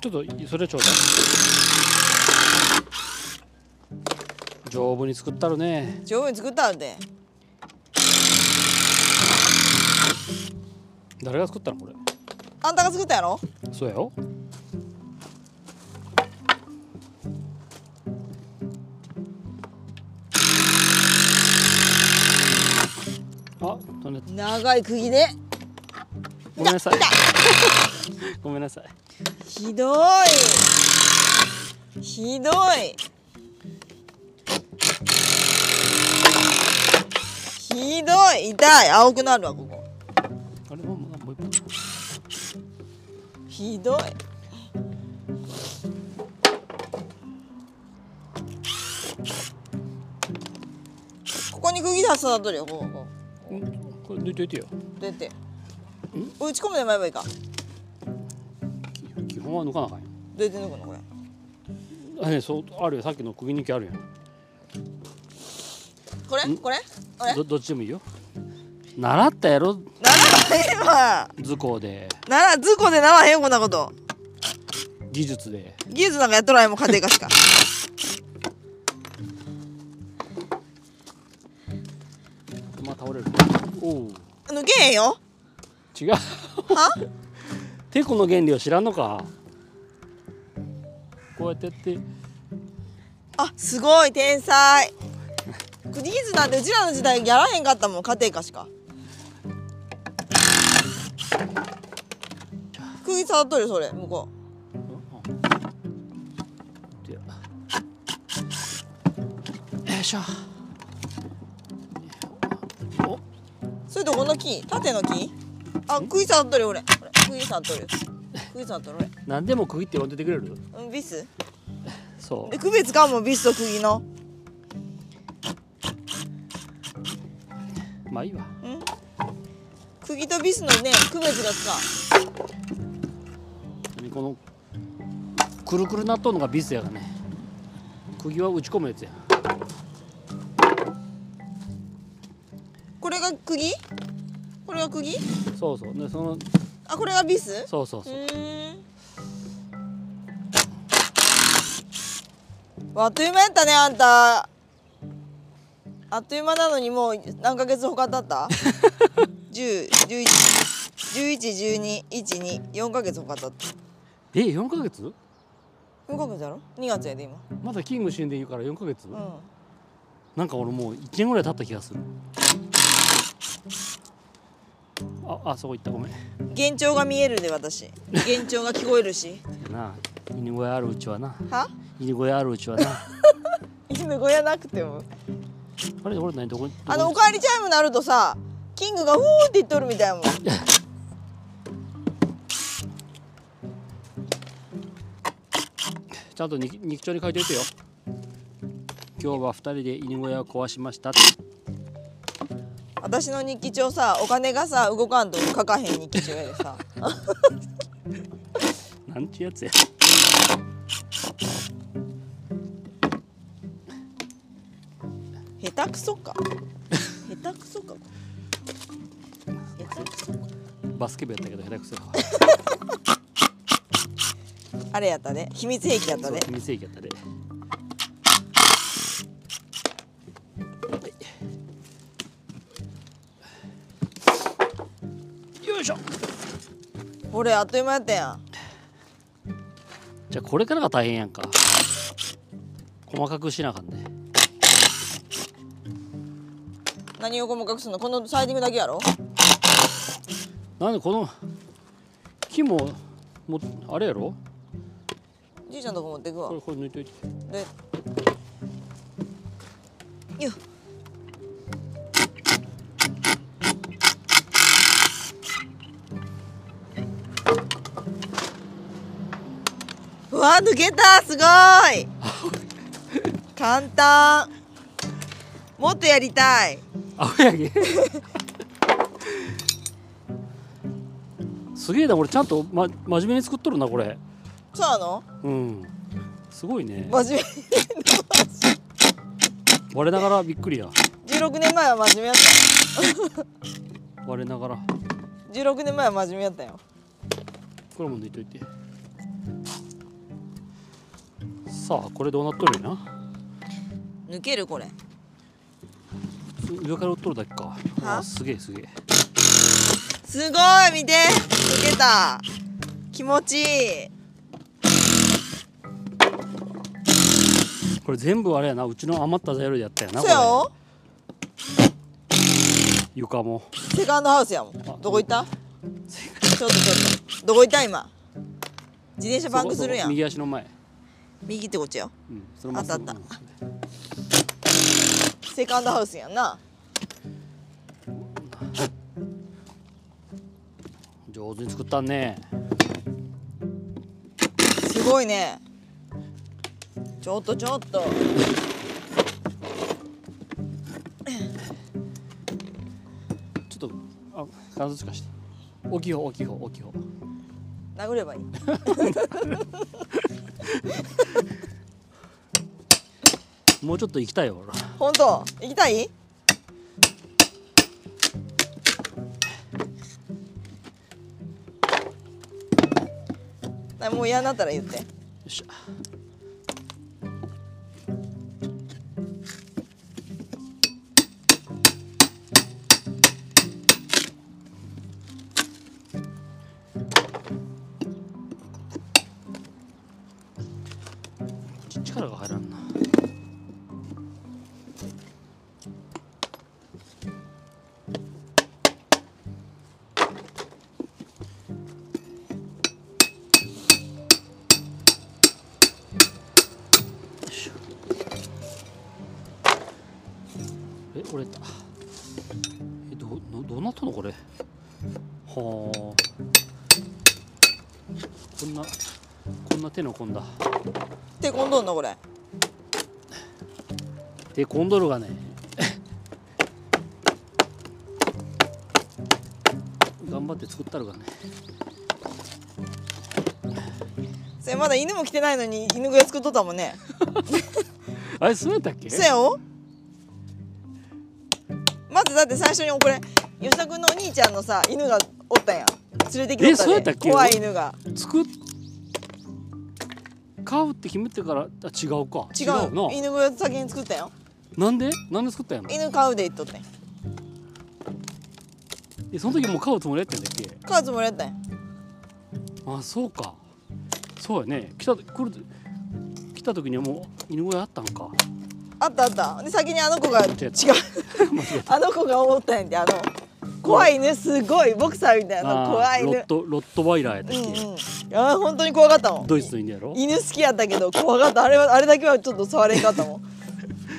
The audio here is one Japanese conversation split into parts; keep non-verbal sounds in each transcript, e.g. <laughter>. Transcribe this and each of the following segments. ちょっとそれちょうだい丈夫に作ったるね丈夫に作ったんで誰が作ったのこれあんたが作ったやろそうやよあ飛んでった長い釘でごめんなさいごめんなさいひどいひどいひどい痛い青くなるわここあれもうもう一本ひどいここに釘刺さとるよここここんこれ抜いといてよ出て打ち込むでもやればいいか基基本は抜かなあかんよどうやって抜くのこれあねそうあるよさっきの首抜きあるやんこれこれこれどどっちでもいいよ習ったやろならへんわ図工でなら図工でならへんこんなこと技術で技術なんかやっとらへんもん家庭科しかまあ倒れるおう抜けへんよ違う <laughs> はてこの原理を知らんのかこうやってやってあすごい天才釘傷なんてうちらの時代やらへんかったもん家庭科しか釘触っとるよそれ向こってやよいしょおうそれとこの木縦の木あ釘触っとるよ俺これ釘触っとるよ釘触っとる何でも釘って呼んでてくれる俺うんビスそで区別かもんビスと釘のうまあいいわ釘とビスのね区別がつかん何このくるくるなっとんのがビスやがね釘は打ち込むやつやこれが釘これが釘そうそうでそのあこれがビスそうそうそううーんあっという間やったねあんたあっという間なのにもう何ヶ月他経った <laughs> ?1011111214 ヶ月他経ったえ4ヶ月4ヶ月やろ2月やで今まだキング死んで言うから4ヶ月、うんなんか俺もう1年ぐらい経った気がするああそこ行ったごめん幻聴が見えるで私幻聴が聞こえるしなあ犬小屋あるうちはな <laughs> は犬小屋あるうちはな犬小屋なくてもあれ俺何どこにあのどおこかえりチャイムなるとさキングがふーって言っとるみたいやもんにちゃんと日日記帳に書いておいてよ今日は2人で犬小屋を壊しましたって私の日記帳さお金がさ動かんと書かへん日記帳やでさなんてやつや下手くそか下手くそか下手くそかバスケ部やったけど下手くそやわあれやったね秘密兵器やったそうね秘密兵器やったでよいしょ俺あっという間やったやんじゃあこれからが大変やんか細かくしなあかんね何を細かくするのこのサイディングだけやろなんでこの木ももあれやろじいちゃんとこ持ってくわこれこれ抜いといてでよっうわ抜けたすご <laughs> い簡単もっとやりたい青柳 <laughs> すげえな俺ちゃんと、ま、真面目に作っとるなこれそうなのうんすごいね真面我ながらびっくりや目16年前は真面目やった我ながら16年前は真面目やったよこれも抜いといてさあこれどうなっとるんやな抜けるこれ普通上から打っとるだけかはあすげえすげえすごい見て抜けた気持ちいいこれ全部あれやなうちの余った材料でやったやなそうよこれ床もセカンドハウスやもんどこ行ったちょっとちょっとどこ行った今自転車パンクするやそこそこん右足の前右ってこっちようんそのままあったあっセカンドハウスやんな上手に作ったねすごいねちょっとちょっとちょっとあ観察かして大きい方大きい方大きい方殴ればいいもうちょっと行きたいよ俺本当行きたいなもう嫌になったら言ってよっしゃ力が入らんなえ折れたえどどどうなったのこれはあこんなこんな手の込んだ手込んどんのこれでコンドルがね頑張って作ったるがねそれまだ犬も来てないのに犬小屋作っとったもんねあれそうやったっけそうやよまずだって最初にこれ吉田君のお兄ちゃんのさ犬がおったやん連れてきとえそうやっったたっでけ怖い犬が作っ買うって決めてからあ違うか違うな犬小屋先に作ったよなんでなんで作ったんやろ犬飼うで言っとったんやえその時もう買うつもりやったんだっけ飼うつもりやったんやあそうかそうやね来た来る来た時にはもう犬小屋あったんかあったあったで先にあの子 <laughs> が違う違うあの子がおったんやってあの怖い犬すごいボクサーみたいなあー怖いロ犬ットロットバイラーやったうっんけ、うんあー本当に怖かったもんドイツの犬やろ犬好きやったけど怖かったあれはあれだけはちょっと触れんかったもん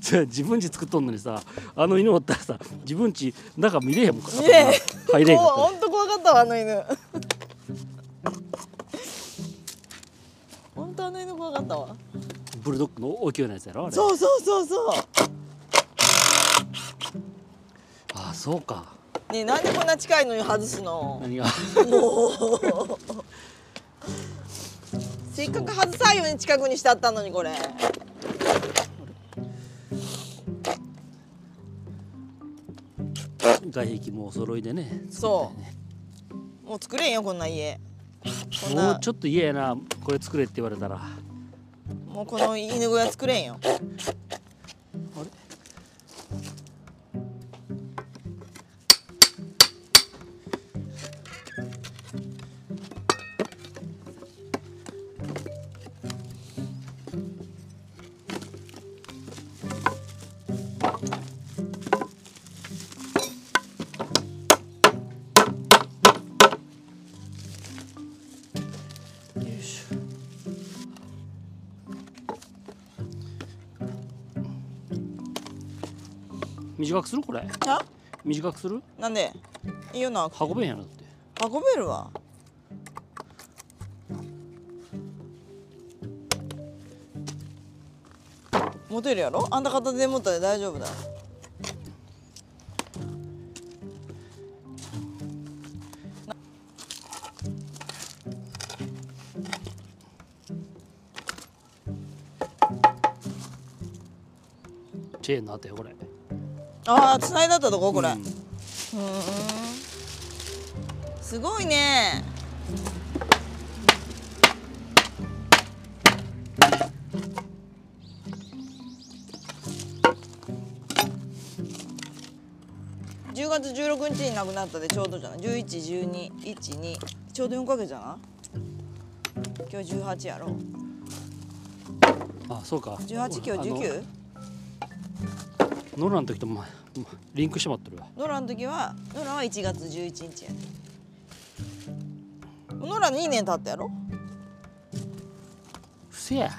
じゃあ自分家作っとんのにさあの犬おったらさ自分家中見れへんもんか見れへん入れへんかほんと怖かったわあの犬本当あの犬怖かったわったブルドッグの大きいようなやつやろあれそうそうそうそうああそうかねえなんでこんな近いのに外すの <laughs> 何がせっかく外さんように近くにしてあったのにこれ外壁もお揃いでねそうもう作れんよこんな家こんもうなちょっと嫌やなこれ作れって言われたらもうこの犬小屋作れんよあれよいしょ短くするこれちゃ短くするなんでいいよな運べへんやろだって運べるわ持てるやろあんた片手で持ったら大丈夫だよなチェーンのあったよこれああ繋いだったとここれ、うんうーんすごいね10月16日に亡くなったでちょうどじゃない111212ちょうど4ヶ月じゃない今日18やろあそうか18今日あ 19? のノラの時とままリンクしてもらってるわノラの時はノラは1月11日やねノラ2年経ったやろ不せや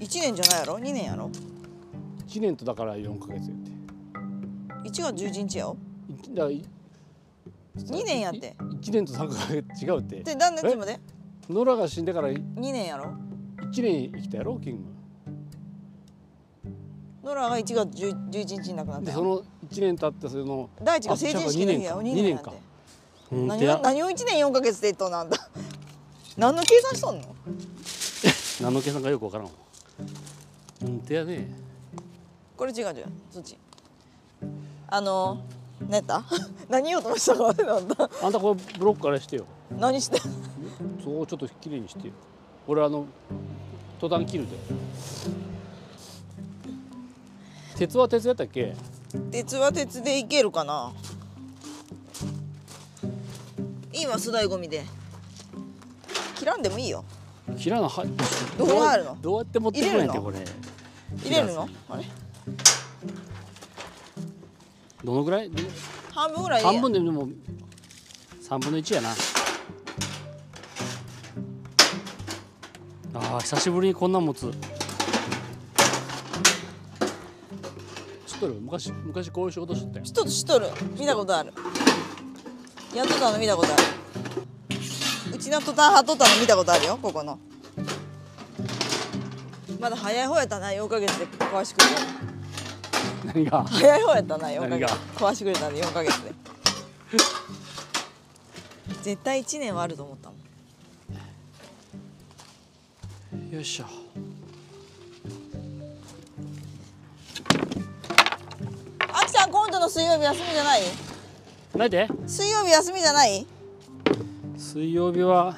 1年じゃないやろ2年やろ1年とだから4ヶ月やって1月11日やろいだからい2年やって1年と3ヶ月違うってでだんだんちょっと待ってノラが死んでから1 2年やろ年生きたやろキンノラが1月10 11日に亡くなグったでやそろの1年経ってその大地が成人式の日やろあ2違うか二年年やってかほんと何をや何を1年4ヶ月で言っとんなんだ <laughs> 何の計算しとんの何の計算かよくわからんわほんとやねこれ違う違うそっちあの何やった <laughs> 何言おうとしたかあれなんだあんたこれブロックあれしてよ何してそこをちょっと綺麗にしてよ俺あの途端切るで鉄は鉄やったっけ鉄は鉄でいけるかな今粗大ゴミで切らんでもいいよ切らなはどこがあるのどうやって持ってくるんやっ入れけるのこれ入れるのあれどのぐらいどの半分ぐらいでい半いや分でも3分の1やなあー久しぶりにこんなん持つ知っとる昔昔こういう仕事しとったよ知っとる知っとる見たことあるやっとったの見たことあるうちのトタン張っとったの見たことあるよここのまだ早い方やったな4ヶ月で壊してくれた何が早い方やったな4ヶ何月が壊してくれたんで4ヶ月で絶対1年はあると思ったもんよいしょあきさん今度の水曜日休みじゃないなんで水曜日休みじゃない水曜日は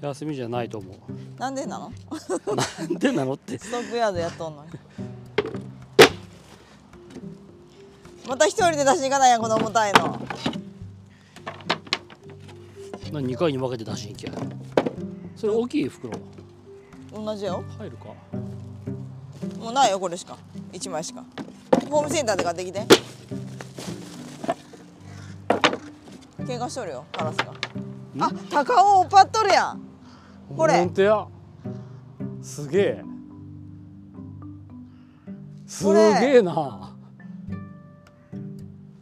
休みじゃないと思うなんでなのなんでなのってストップヤードやっとんのにまた一人で出しに行かないやんこの重たいのな2回に分けて出しに行きゃそれ大きい袋同じやよ入るかもうないよこれしか1枚しかホームセンターで買ってきて怪我しとるよカラスがあ高尾を追っ張っとるやんこれほんとやすげえすこれげえな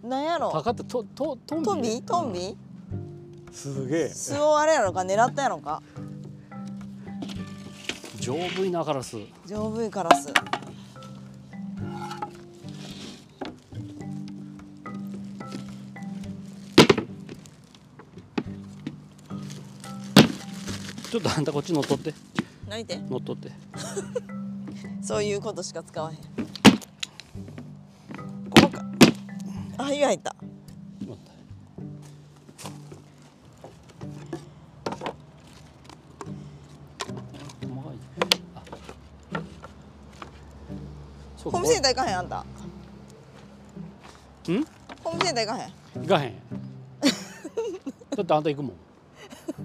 なんやろ高ってととトンビトンビトンビすげえ巣をあれやろか狙ったやろか丈夫いなカラス丈夫いカラスちょっとあんたこっち乗っ取って何て乗っ取ってそういうことしか使わへんここかあ湯入った乗って細かいあそうホかームセンター行かへんあんたんホームセンター行かへん行かへんだってあんた行くもん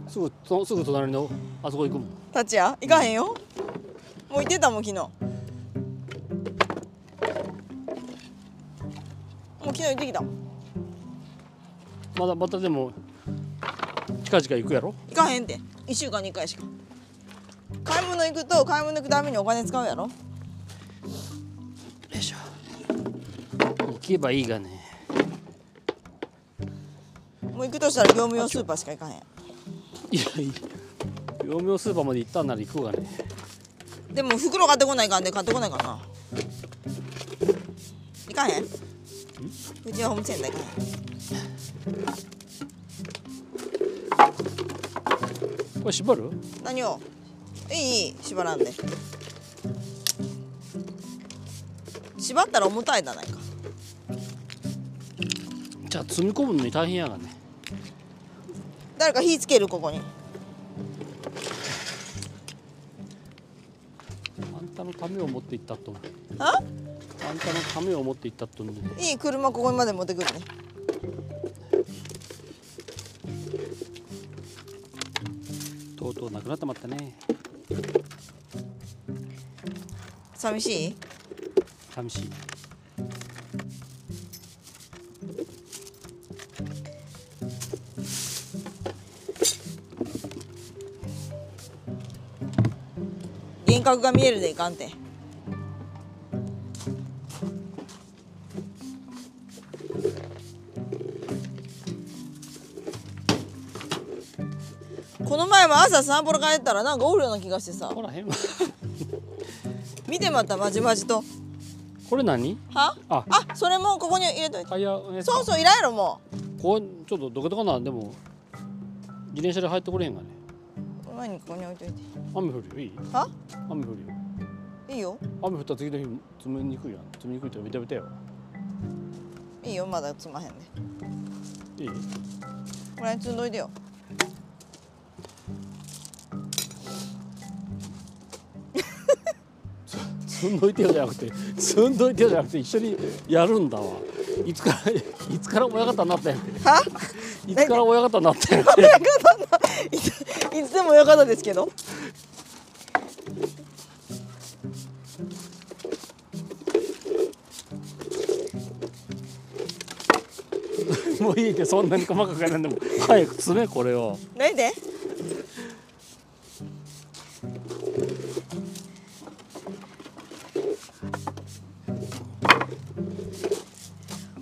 すぐとすぐ隣のあそこ行くもんタチヤ行かへんよもう行ってたもん昨日もう昨日行ってきたもんまだまたでも近々行くやろ行かへんって1週間に1回しか買い物行くと買い物行くためにお金使うやろよいしょ行けばいいがねもう行くとしたら業務用スーパーしか行かへんいやいい業務用スーパーまで行ったんなら行くがねでも袋買ってこないかんで買ってこないからな行かへんうちはホームセンター行かへんこれ縛る何をいいいい縛らんで縛ったら重たいじゃないかじゃあ積み込むのに大変やがね誰か火つけるここにあんたのためを持って行ったと思うああんたのためを持って行ったってのにいい車ここまで持ってくるねとうとうなくなってまったね寂しい寂しい幻覚が見えるでいかんてこの前も朝散歩から帰ったらなんかおるような気がしてさこらへん見てまたまじまじとこれ何はああそれもここに入れといてタイヤのやつかそうそういらんやろもここちょっとどけどかなでも自転車で入ってこれへんがねう前にここに置いといて雨降るよいいは雨降るよいいよ雨降った次の日積みにくいやん積みにくいってベタベタやわいいよまだつまへんでいいこれに積んどいてよ積んどいてよじゃなくて <laughs> 積んどいてよじゃなくて一緒にやるんだわいつから <laughs> いつから親方になったんやってはいつから親方になったんやっていついつでもよかったですけど <laughs> もういいけどそんなに細かくやらんでも早く詰めこれをなんで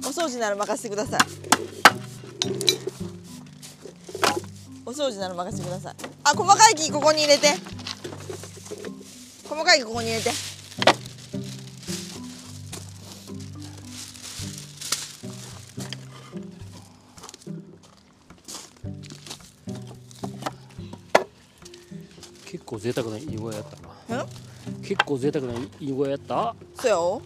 お掃除なら任せてくださいお掃除なら任せてくださいあ細かい木ここに入れて細かい木ここに入れて結構贅沢な犬小屋やったなん結構贅沢な犬小屋やったそうよ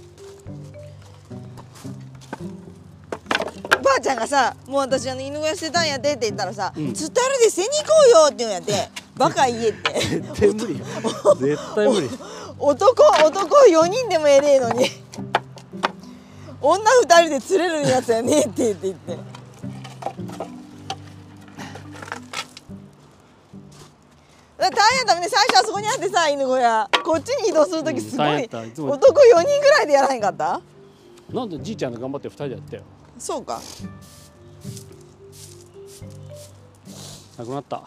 ばあちゃんがさ「もう私あの犬小屋してたんやで」って言ったらさ「んつったるでせに行こうよ」って言うんやって「バカ言 <laughs> え」って絶対無理よ絶対無理男男4人でもえれえのに女2人で釣れるやつやねって言って言ってだって大変だもんね最初はそこにあってさ犬小屋こっちに移動する時すごうん大変いやったいつも男4人ぐらいでやらへんかったなんでじいちゃんが頑張って二人でやったよそうかなくなった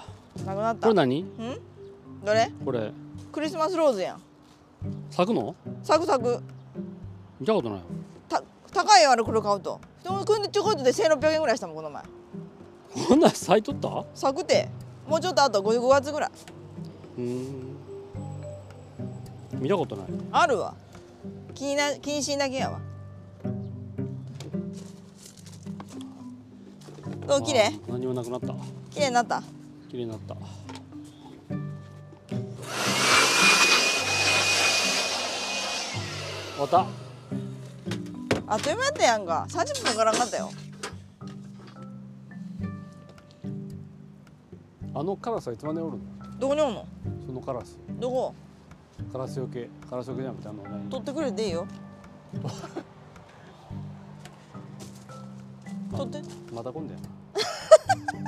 なくなっこたれん何どれこれクリスマスローズやん咲くのサクサク見たことないよた高いよあれこれ買うとでもこれちょこっとで1600円ぐらいしたもんこの前こんなん咲いとったうサクてもうちょっとあと 5, 5月ぐらいーん見たことないあるわ気にな気にしんだけやわどう綺麗あー何もなくなった綺麗になった綺麗になった終わったあっという間やったやんか30分からんかったよあのカラスはいつまでおるのどこにおんのそのカラスどこカラスよけカラスよけじゃなくてあの何取ってくれてい <laughs> いよ取ってまた今度やな